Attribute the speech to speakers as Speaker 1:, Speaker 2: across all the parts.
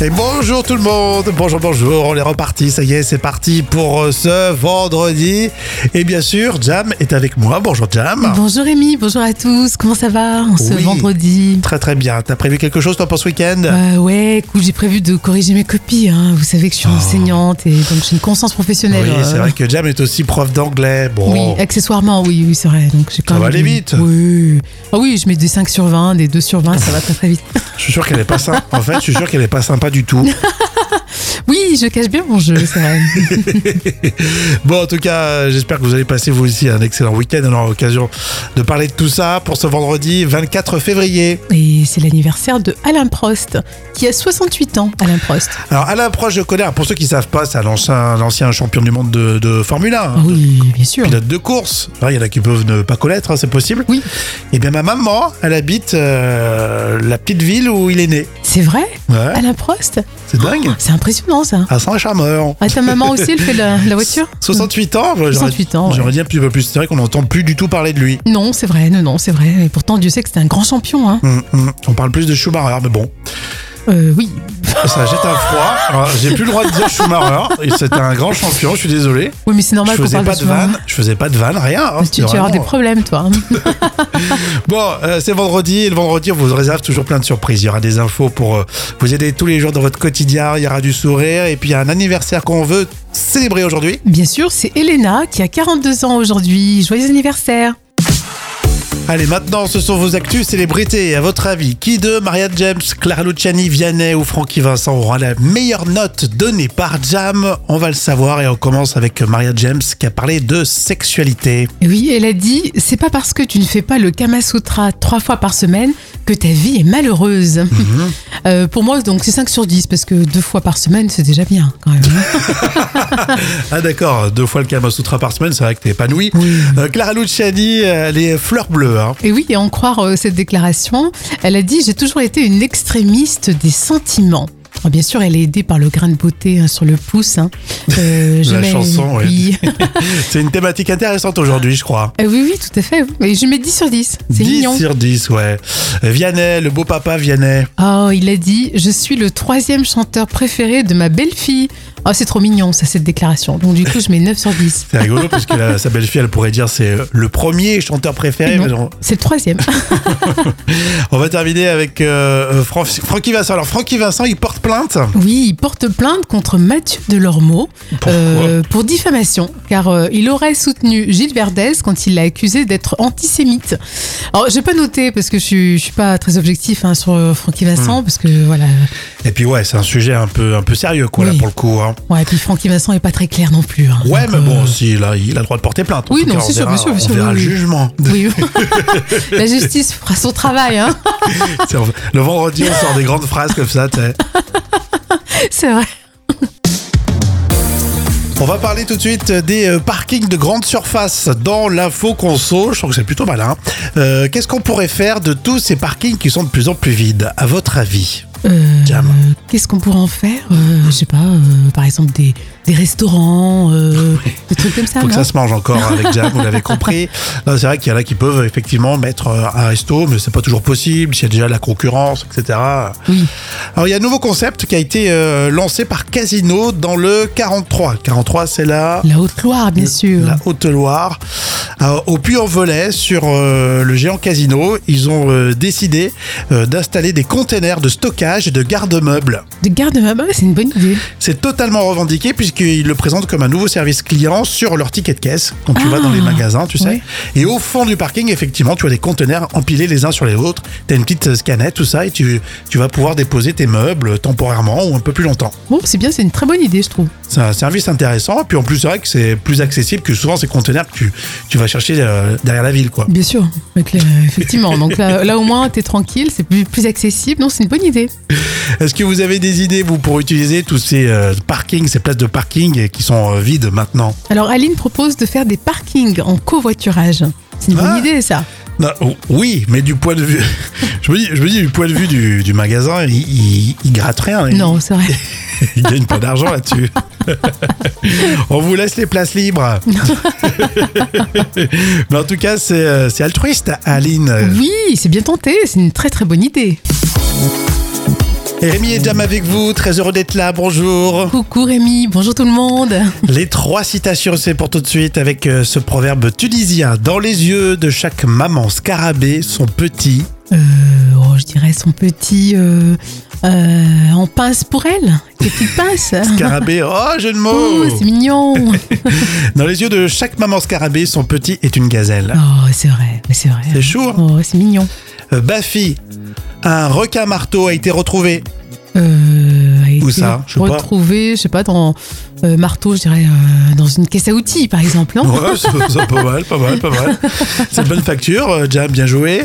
Speaker 1: Et bonjour tout le monde, bonjour, bonjour, on est reparti, ça y est, c'est parti pour euh, ce vendredi. Et bien sûr, Jam est avec moi, bonjour Jam.
Speaker 2: Bonjour Rémi, bonjour à tous, comment ça va en ce
Speaker 1: Bah. Oui.
Speaker 2: vendredi
Speaker 1: Très très bien, t'as prévu quelque chose toi pour ce week-end
Speaker 2: Euh, Ouais, écoute, j'ai prévu de corriger mes copies, hein. vous savez que je suis enseignante et donc j'ai une conscience professionnelle.
Speaker 1: Ah. Oui, c'est
Speaker 2: euh,
Speaker 1: vrai que Jam est aussi prof d'anglais, bon.
Speaker 2: oui, accessoirement, oui, oui, c'est vrai. Donc j'ai
Speaker 1: Ça
Speaker 2: quand même
Speaker 1: va aller
Speaker 2: des-
Speaker 1: vite.
Speaker 2: Oui. Ah oui, je mets des 5 sur 20, des 2 sur 20, ça va très très vite.
Speaker 1: Je suis sûr qu'elle est pas sympa, en fait, je suis sûr qu'elle est pas sympa du tout.
Speaker 2: Oui, je cache bien mon jeu, c'est vrai.
Speaker 1: Bon, en tout cas, euh, j'espère que vous allez passer vous aussi un excellent week-end. On aura l'occasion de parler de tout ça pour ce vendredi 24 février.
Speaker 2: Et c'est l'anniversaire de Alain Prost, qui a 68 ans, Alain Prost.
Speaker 1: Alors, à l'approche, je connais, pour ceux qui ne savent pas, c'est l'ancien, l'ancien champion du monde de, de Formule 1. hein,
Speaker 2: oui, bien sûr.
Speaker 1: Pilote de course. Alors, Il y en a qui peuvent ne pas connaître, hein, c'est possible.
Speaker 2: Oui,
Speaker 1: Et bien, ma maman, elle habite euh, la petite ville où il est né.
Speaker 2: c'est vrai,
Speaker 1: Ouais,
Speaker 2: Alain Prost.
Speaker 1: c'est dingue.
Speaker 2: C'est impressionnant ça.
Speaker 1: À Saint-Charmeur.
Speaker 2: Ah, ta maman aussi, elle fait la, la voiture
Speaker 1: 68 ans, j'aurais-
Speaker 2: 68 ans, ouais.
Speaker 1: J'aurais dit un petit peu plus. C'est vrai qu'on n'entend plus du tout parler de lui.
Speaker 2: Non, c'est vrai, non, non, c'est vrai. Et pourtant, Dieu sait que c'est un grand champion. Hein.
Speaker 1: Hum, hum. On parle plus de Schumacher, mais bon.
Speaker 2: Euh, oui,
Speaker 1: Ça jette un froid. Alors, J'ai plus le droit de dire Schumacher. Et C'était un grand champion, je suis désolé.
Speaker 2: oui mais c'est normal
Speaker 1: je
Speaker 2: qu'on
Speaker 1: faisais
Speaker 2: parle
Speaker 1: pas
Speaker 2: de
Speaker 1: de
Speaker 2: toi.
Speaker 1: vanne, je faisais pas de vanne, rien. hein.
Speaker 2: Parce que Tu,
Speaker 1: C'était
Speaker 2: tu vas avoir des
Speaker 1: vraiment-
Speaker 2: problèmes, toi.
Speaker 1: Bon, euh, c'est vendredi et le vendredi, on vous réserve toujours plein de surprises. Il y aura des infos pour euh, vous aider tous les jours dans votre quotidien. Il y aura du sourire et puis il y a un anniversaire qu'on veut célébrer aujourd'hui.
Speaker 2: Bien sûr, c'est Elena qui a 42 ans aujourd'hui. Joyeux anniversaire.
Speaker 1: Allez, maintenant, ce sont vos actus célébrités. À votre avis, qui de Maria James, Clara Luciani, Vianney ou Francky Vincent aura la meilleure note donnée par Jam On va le savoir et on commence avec Maria James qui a parlé de sexualité.
Speaker 2: Et Oui, elle a dit c'est pas parce que tu ne fais pas le Kama Sutra trois fois par semaine que ta vie est malheureuse.
Speaker 1: Mhm.
Speaker 2: Euh, pour moi, donc, c'est 5 sur 10 parce que deux fois par semaine, c'est déjà bien quand même.
Speaker 1: Ah d'accord, deux fois le Kama Sutra par semaine, c'est vrai que t'es épanoui. Euh, Clara Luciani, euh, les fleurs bleues. hein.
Speaker 2: Et oui, et en croire euh, cette déclaration, elle a dit J'ai toujours été une extrémiste des sentiments. Alors, bien sûr, elle est aidée par le grain de beauté hein, sur le pouce. hein. Euh, je
Speaker 1: La
Speaker 2: mets-
Speaker 1: chanson, ouais.
Speaker 2: oui.
Speaker 1: C'est une thématique intéressante aujourd'hui, je crois.
Speaker 2: Euh, oui, oui, tout à fait. Et je mets 10 sur 10. C'est
Speaker 1: 10
Speaker 2: mignon.
Speaker 1: sur 10, ouais. Euh, Vianney, le beau papa Vianney.
Speaker 2: Oh, il a dit Je suis le troisième chanteur préféré de ma belle-fille. Oh, c'est trop mignon, ça, cette déclaration. Donc, du coup, je mets 9 sur 10.
Speaker 1: C'est rigolo parce que la- sa belle-fille, elle pourrait dire c'est euh, le premier chanteur préféré.
Speaker 2: Et non,
Speaker 1: mais non.
Speaker 2: C'est le troisième.
Speaker 1: On va terminer avec euh, euh, Fran- Francky Vincent. Alors Francky Vincent, il porte plainte.
Speaker 2: Oui, il porte plainte contre Mathieu Delormeau euh, pour diffamation, car euh, il aurait soutenu Gilles Verdez quand il l'a accusé d'être antisémite. Alors, j'ai pas noté parce que je suis, je suis pas très objectif hein, sur euh, Francky Vincent,
Speaker 1: Hmm.
Speaker 2: parce que voilà,
Speaker 1: Et puis ouais, c'est un sujet un peu, un peu sérieux, quoi, là,
Speaker 2: Oui.
Speaker 1: pour le coup. hein.
Speaker 2: ouais, et puis Francky Vincent est pas très clair non plus. hein.
Speaker 1: Ouais,
Speaker 2: Donc,
Speaker 1: mais bon,
Speaker 2: euh,
Speaker 1: si, là, il a le droit de porter plainte. En
Speaker 2: Oui,
Speaker 1: tout
Speaker 2: non,
Speaker 1: cas, on
Speaker 2: c'est sûr,
Speaker 1: verra-
Speaker 2: bien sûr, bien
Speaker 1: on
Speaker 2: sûr,
Speaker 1: verra
Speaker 2: oui,
Speaker 1: le
Speaker 2: oui.
Speaker 1: jugement.
Speaker 2: Oui, la justice fera son travail, hein.
Speaker 1: C'est- Le vendredi, on sort des grandes phrases comme ça, tu sais.
Speaker 2: c'est vrai.
Speaker 1: On va parler tout de suite des euh, parkings de grande surface dans l'info conso. Je trouve que c'est plutôt malin. Euh, Qu'est-ce qu'on pourrait faire de tous ces parkings qui sont de plus en plus vides, à votre avis
Speaker 2: Euh,
Speaker 1: Jam.
Speaker 2: Qu'est-ce qu'on pourrait en faire Euh, Je sais pas, euh, par exemple des, des restaurants, euh, des trucs comme ça.
Speaker 1: Ah Faut que
Speaker 2: non
Speaker 1: ça se mange encore avec Jam, vous l'avez compris. Non, C'est vrai qu'il y en a qui peuvent effectivement mettre euh, un resto, mais c'est pas toujours possible. S'il y a déjà la concurrence, etc.
Speaker 2: Oui.
Speaker 1: Alors il y a un nouveau concept qui a été euh, lancé par Casino dans le 43. 43, c'est là.
Speaker 2: La Haute-Loire, bien sûr.
Speaker 1: la Haute-Loire. Euh, Au Puy-en-Velay, sur euh, le géant casino, ils ont euh, décidé euh, d'installer des containers de stockage et de garde-meubles.
Speaker 2: De garde meubles c'est une bonne idée.
Speaker 1: C'est totalement revendiqué puisqu'ils le présentent comme un nouveau service client sur leur ticket de caisse. Quand tu
Speaker 2: Ah,
Speaker 1: vas dans les magasins, tu sais.
Speaker 2: ouais.
Speaker 1: Et au fond du parking, effectivement, tu as des conteneurs empilés les uns sur les autres. Tu as une petite euh, scanette, tout ça, et tu, tu vas pouvoir déposer tes meubles temporairement ou un peu plus longtemps.
Speaker 2: Bon, c'est bien, c'est une très bonne idée, je trouve.
Speaker 1: C'est un service intéressant. Et puis en plus, c'est vrai que c'est plus accessible que souvent ces conteneurs que tu, tu vas chercher euh, derrière la ville. quoi.
Speaker 2: Bien sûr, avec la- effectivement. Donc là, là, au moins, t'es tranquille, c'est plus, plus accessible. Non, c'est une bonne idée.
Speaker 1: Est-ce que vous avez des idées, vous, pour utiliser tous ces euh, parkings, ces places de parking euh, qui sont euh, vides maintenant
Speaker 2: Alors, Aline propose de faire des parkings en covoiturage. C'est une bonne
Speaker 1: Ah.
Speaker 2: idée, ça.
Speaker 1: Non, oh, Oui, mais du point de vue. je, me dis, je me dis, du point de vue du, du magasin, il, il, il gratte rien. il-
Speaker 2: Non, c'est vrai.
Speaker 1: Il, gagne pas d'argent là-dessus. On vous laisse les places libres. mais en tout cas, c'est euh, c'est
Speaker 2: Mm-hmm.
Speaker 1: altruiste, Aline.
Speaker 2: Oui, c'est bien tenté, c'est une très très bonne idée.
Speaker 1: Rémi et Jam avec vous, très heureux d'être là, bonjour.
Speaker 2: Coucou Rémi, bonjour tout le monde.
Speaker 1: Les trois citations, c'est pour tout de suite avec euh, ce proverbe tunisien. Dans les yeux de chaque maman scarabée, son petit.
Speaker 2: Euh, oh, je dirais son petit euh, euh, en pince pour elle. Les petites pinces.
Speaker 1: Scarabée, oh, jeu de mots
Speaker 2: Oh, c'est mignon.
Speaker 1: Dans les yeux de chaque maman scarabée, son petit est une gazelle.
Speaker 2: Oh, c'est vrai, mais c'est vrai.
Speaker 1: C'est chaud, hein.
Speaker 2: Oh, c'est mignon.
Speaker 1: Euh, Bafi, un requin marteau a été retrouvé.
Speaker 2: Euh, a
Speaker 1: Où
Speaker 2: été
Speaker 1: ça Je sais pas.
Speaker 2: retrouvé, je sais pas, dans euh, marteau, je dirais euh, dans une caisse à outils, par exemple, non
Speaker 1: Ouais, c'est c'est pas mal, pas mal, pas mal. C'est de bonne facture, euh, Jam, bien joué.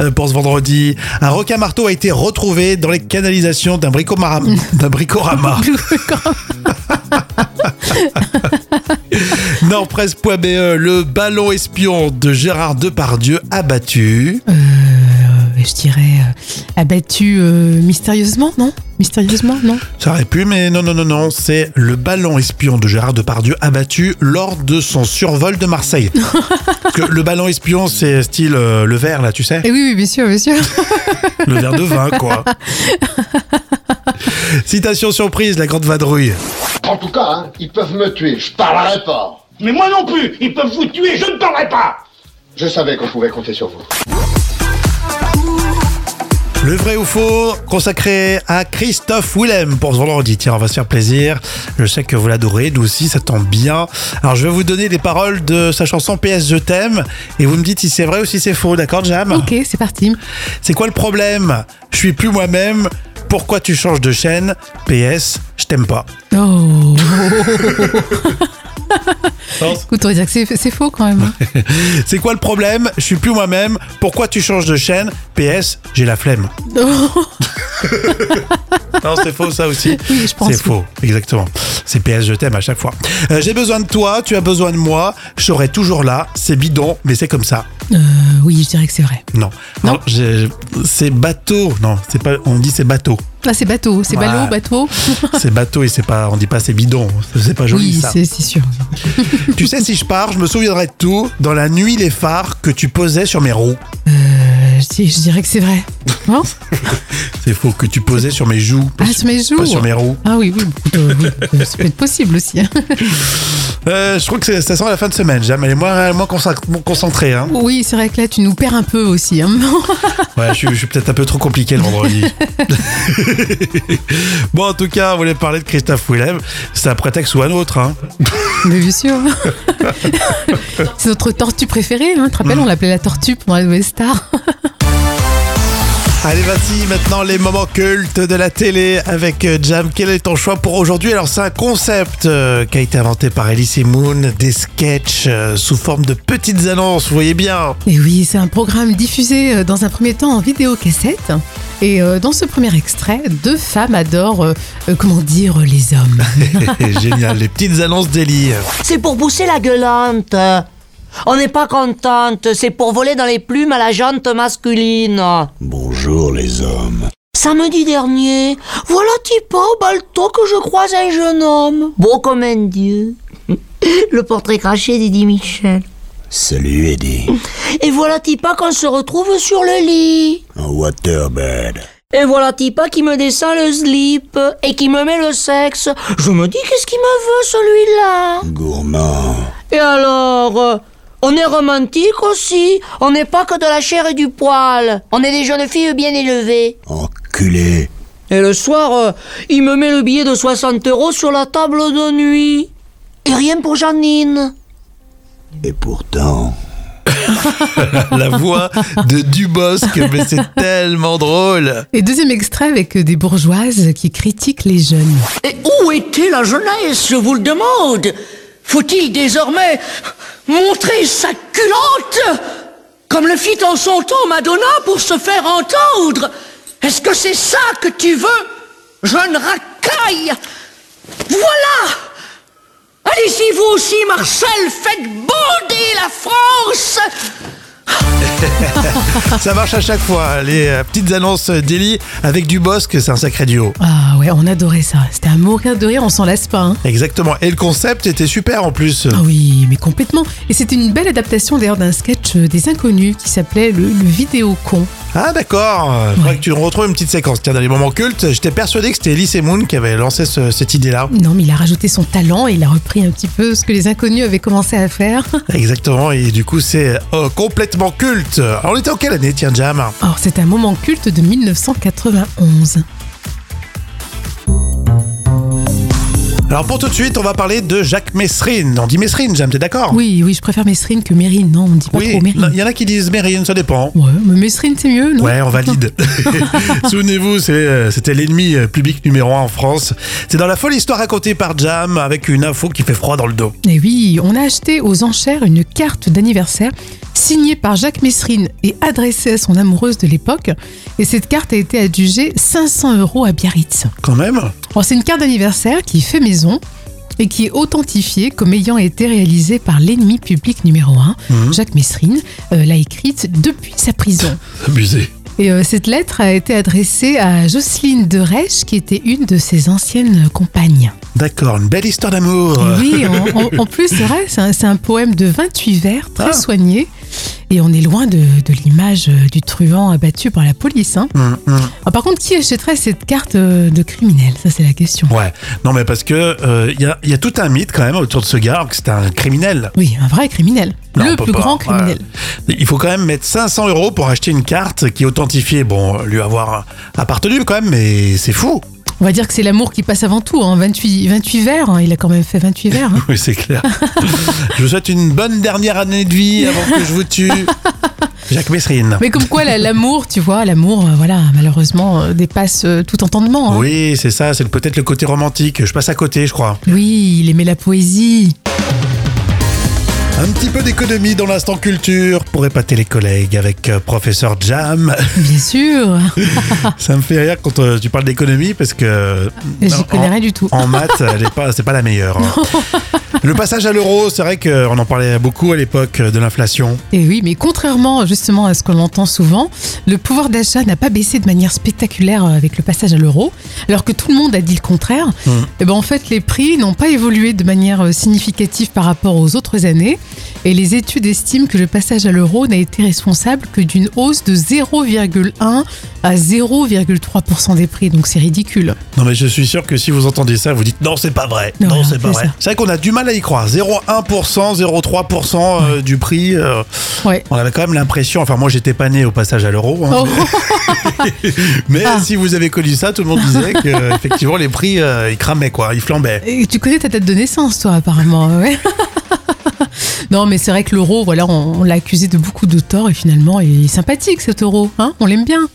Speaker 1: Euh, pour ce vendredi, un requin marteau a été retrouvé dans les canalisations d'un bricomara- d'un bricorama. Nordpresse.be, E, le ballon espion de Gérard Depardieu abattu.
Speaker 2: Euh, Je dirais euh, abattu euh, mystérieusement, non Mystérieusement, non
Speaker 1: Ça aurait pu, mais non, non, non, non. C'est le ballon espion de Gérard Depardieu abattu lors de son survol de Marseille. Parce que le ballon espion, c'est style euh, le verre, là, tu sais
Speaker 2: Eh oui, oui, bien sûr, bien sûr.
Speaker 1: Le verre de vin, quoi. Citation surprise, la grande vadrouille.
Speaker 3: En tout cas, hein, ils peuvent me tuer, je parlerai pas.
Speaker 4: Mais moi non plus Ils peuvent vous tuer, je ne parlerai pas
Speaker 3: Je savais qu'on pouvait compter sur vous.
Speaker 1: Le vrai ou faux, consacré à Christophe Willem pour ce vendredi. Tiens, on va se faire plaisir. Je sais que vous l'adorez, nous aussi, ça tombe bien. Alors, je vais vous donner les paroles de sa chanson PS Je t'aime et vous me dites si c'est vrai ou si c'est faux, d'accord, Jam
Speaker 2: Ok, c'est parti.
Speaker 1: C'est quoi le problème Je suis plus moi-même. Pourquoi tu changes de chaîne PS, je t'aime pas.
Speaker 2: Oh Écoute, on va dire que c'est c'est faux quand même. hein.
Speaker 1: C'est quoi le problème Je suis plus moi-même. Pourquoi tu changes de chaîne PS, j'ai la flemme.
Speaker 2: Oh,
Speaker 1: Non, c'est faux ça aussi.
Speaker 2: oui, je pense.
Speaker 1: C'est
Speaker 2: oui.
Speaker 1: faux, exactement. C'est PS, je t'aime à chaque fois. Euh, J'ai besoin de toi, tu as besoin de moi, je serai toujours là. C'est bidon, mais c'est comme ça.
Speaker 2: Euh, oui, je dirais que c'est vrai.
Speaker 1: Non.
Speaker 2: Non.
Speaker 1: j'ai- c'est bateau. Non, c'est pas. On dit c'est bateau.
Speaker 2: Ah, c'est bateau, c'est
Speaker 1: Ouais.
Speaker 2: ballot, bateau.
Speaker 1: C'est bateau et c'est pas. On dit pas c'est bidon. C'est pas joli
Speaker 2: oui,
Speaker 1: ça.
Speaker 2: c'est c'est sûr.
Speaker 1: Tu sais si je pars, je me souviendrai de tout. Dans la nuit, les phares que tu posais sur mes roues.
Speaker 2: Euh, je, dis- je dirais que c'est vrai. Non
Speaker 1: C'est faux que tu posais sur mes joues.
Speaker 2: Ah, sur mes
Speaker 1: Pas
Speaker 2: jours.
Speaker 1: sur mes roues.
Speaker 2: Ah oui, oui, écoute, euh, oui, ça peut être possible aussi. hein.
Speaker 1: Euh, je crois que c'est- ça sent la fin de semaine. Jam, elle est moins, moins consac- concentrée. Hein.
Speaker 2: Oui, c'est vrai que là, tu nous perds un peu aussi. hein.
Speaker 1: Ouais, je suis, je suis peut-être un peu trop compliqué le vendredi. bon, en tout cas, on voulait parler de Christophe Willem. C'est un prétexte ou un autre. Hein.
Speaker 2: Mais bien sûr. c'est notre tortue préférée. Hein. Tu te rappelles, on l'appelait la tortue pendant la nouvelle star.
Speaker 1: Allez, vas-y, maintenant les moments cultes de la télé avec euh, Jam. Quel est ton choix pour aujourd'hui Alors, c'est un concept euh, qui a été inventé par Elise et Moon, des sketchs euh, sous forme de petites annonces, vous voyez bien.
Speaker 2: Et oui, c'est un programme diffusé euh, dans un premier temps en vidéocassette. Et euh, dans ce premier extrait, deux femmes adorent, euh, euh, comment dire, les hommes.
Speaker 1: Génial, les petites annonces d'Elie.
Speaker 5: C'est pour pousser la gueulante. On n'est pas contente, c'est pour voler dans les plumes à la jante masculine.
Speaker 6: Bonjour les hommes.
Speaker 5: Samedi dernier, voilà Tipa au balto que je croise un jeune homme. Beau comme un dieu. Le portrait craché d'Eddie Michel.
Speaker 6: Salut Eddie.
Speaker 5: Et voilà Tipa qu'on se retrouve sur le lit.
Speaker 6: Un waterbed.
Speaker 5: Et voilà Tipa qui me descend le slip et qui me met le sexe. Je me dis qu'est-ce qu'il me veut celui-là
Speaker 6: Gourmand.
Speaker 5: Et alors euh, On est romantique aussi. On n'est pas que de la chair et du poil. On est des jeunes filles bien élevées.
Speaker 6: Enculé.
Speaker 5: Et le soir, euh, il me met le billet de 60 euros sur la table de nuit. Et rien pour Janine.
Speaker 6: Et pourtant.
Speaker 1: La voix de Dubosc, mais c'est tellement drôle.
Speaker 2: Et deuxième extrait avec euh, des bourgeoises qui critiquent les jeunes.
Speaker 7: Et où était la jeunesse, je vous le demande Faut-il désormais montrer sa culotte Comme le fit en son temps Madonna pour se faire entendre Est-ce que c'est ça que tu veux Jeune racaille Voilà Allez-y vous aussi, Marcel, faites bander la France
Speaker 1: Ça marche à chaque fois, les euh, petites annonces d'Eli avec du Bosque, c'est un sacré duo.
Speaker 2: Ah ouais, on adorait ça. C'était à mourir de rire, on s'en lasse pas. hein.
Speaker 1: Exactement. Et le concept était super en plus.
Speaker 2: Ah oui, mais complètement. Et c'était une belle adaptation d'ailleurs d'un sketch euh, des inconnus qui s'appelait le, le vidéo con.
Speaker 1: Ah d'accord, Euh, faudrait que tu retrouves une petite séquence. Tiens, dans les moments cultes, j'étais persuadé que c'était Elise et Moon qui avait lancé ce- cette idée-là.
Speaker 2: Non, mais il a rajouté son talent et il a repris un petit peu ce que les inconnus avaient commencé à faire.
Speaker 1: Exactement, et du coup c'est euh, complètement culte. Alors, on était en quelle année, tiens Jam
Speaker 2: Or, c'est un moment culte de 1991.
Speaker 1: Alors pour tout de suite, on va parler de Jacques Messrine. On dit Messrine, Jam, t'es d'accord
Speaker 2: Oui, oui, je préfère Messrine que Mérine. Non, on dit pas
Speaker 1: Oui,
Speaker 2: trop Mérine.
Speaker 1: il y en a qui disent Mérine, ça dépend.
Speaker 2: Ouais, mais Messrine, c'est mieux, non
Speaker 1: Ouais, on valide. Souvenez-vous, c'est, euh, c'était l'ennemi euh, public numéro un en France. C'est dans la folle histoire racontée par Jam avec une info qui fait froid dans le dos.
Speaker 2: Et Eh oui, on a acheté aux enchères une carte d'anniversaire signée par Jacques Messrine et adressée à son amoureuse de l'époque. Et cette carte a été adjugée 500 euros à Biarritz.
Speaker 1: Quand même
Speaker 2: Alors, c'est une carte d'anniversaire qui fait maison et qui est authentifiée comme ayant été réalisée par l'ennemi public numéro 1, Jacques Messrine, euh, l'a écrite depuis sa prison.
Speaker 1: Abusé.
Speaker 2: Et euh, cette lettre a été adressée à Jocelyne de Reich, qui était une de ses anciennes compagnes.
Speaker 1: D'accord, une belle histoire d'amour.
Speaker 2: Oui, en, en- en plus, c'est vrai, c'est un, c'est un poème de 28 vers, très
Speaker 1: Ah.
Speaker 2: soigné. Et on est loin de, de l'image euh, du truand abattu par la police. hein.
Speaker 1: Hum, hum.
Speaker 2: Ah, par contre, qui achèterait cette carte euh, de criminel Ça, c'est la question.
Speaker 1: Ouais, non mais parce que euh, il y, a, il y a tout un mythe quand même autour de ce gars, alors que c'est un criminel.
Speaker 2: Oui, un vrai criminel.
Speaker 1: Là, on
Speaker 2: le
Speaker 1: peut
Speaker 2: plus
Speaker 1: pas,
Speaker 2: grand
Speaker 1: ouais.
Speaker 2: criminel.
Speaker 1: Il faut quand même mettre 500 euros pour acheter une carte qui est authentifiée. Bon, lui avoir appartenu quand même, mais c'est fou.
Speaker 2: On va dire que c'est l'amour qui passe avant tout. hein. 28, 28 vers, hein. il a quand même fait 28 vers. hein.
Speaker 1: Oui, c'est clair. je vous souhaite une bonne dernière année de vie avant que je vous tue. Jacques Messrine.
Speaker 2: Mais comme quoi, la- l'amour, tu vois, l'amour, euh, voilà, malheureusement, euh, dépasse euh, tout entendement. hein.
Speaker 1: Oui, c'est ça, c'est peut-être le côté romantique. Je passe à côté, je crois.
Speaker 2: oui, il aimait la poésie.
Speaker 1: Un petit peu d'économie dans l'instant culture pour épater les collègues avec euh, professeur Jam.
Speaker 2: Bien sûr,
Speaker 1: ça me fait rire quand euh, tu parles d'économie parce que.
Speaker 2: j'y
Speaker 1: en-
Speaker 2: connais rien du tout.
Speaker 1: En maths, elle est pas, c'est pas la meilleure. hein. Le passage à l'euro, c'est vrai qu'on en parlait beaucoup à l'époque euh, de l'inflation.
Speaker 2: Et Eh oui, mais contrairement justement à ce qu'on entend souvent, le pouvoir d'achat n'a pas baissé de manière spectaculaire euh, avec le passage à l'euro, alors que tout le monde a dit le contraire. Et ben en fait, les prix n'ont pas évolué de manière euh, significative par rapport aux autres années, et les études estiment que le passage à l'euro n'a été responsable que d'une hausse de 0,1 à 0,3% des prix, donc c'est ridicule.
Speaker 1: Non mais je suis sûr que si vous entendez ça, vous dites non c'est pas vrai, non,
Speaker 2: Voilà,
Speaker 1: c'est pas
Speaker 2: c'est
Speaker 1: vrai.
Speaker 2: ça.
Speaker 1: C'est vrai qu'on a du mal à y croire. 0,1%, 0,3% euh, du prix. euh,
Speaker 2: Ouais.
Speaker 1: on avait quand même l'impression, enfin moi j'étais pas né au passage à l'euro, hein,
Speaker 2: Oh,
Speaker 1: mais
Speaker 2: Ah.
Speaker 1: si vous avez connu ça, tout le monde disait que euh, effectivement les prix euh, ils cramaient quoi, ils flambaient.
Speaker 2: Et tu connais ta date de naissance, toi, apparemment. ouais. non, mais c'est vrai que l'euro, voilà, on, on l'a accusé de beaucoup de torts et finalement, il est sympathique cet euro. Hein on l'aime bien.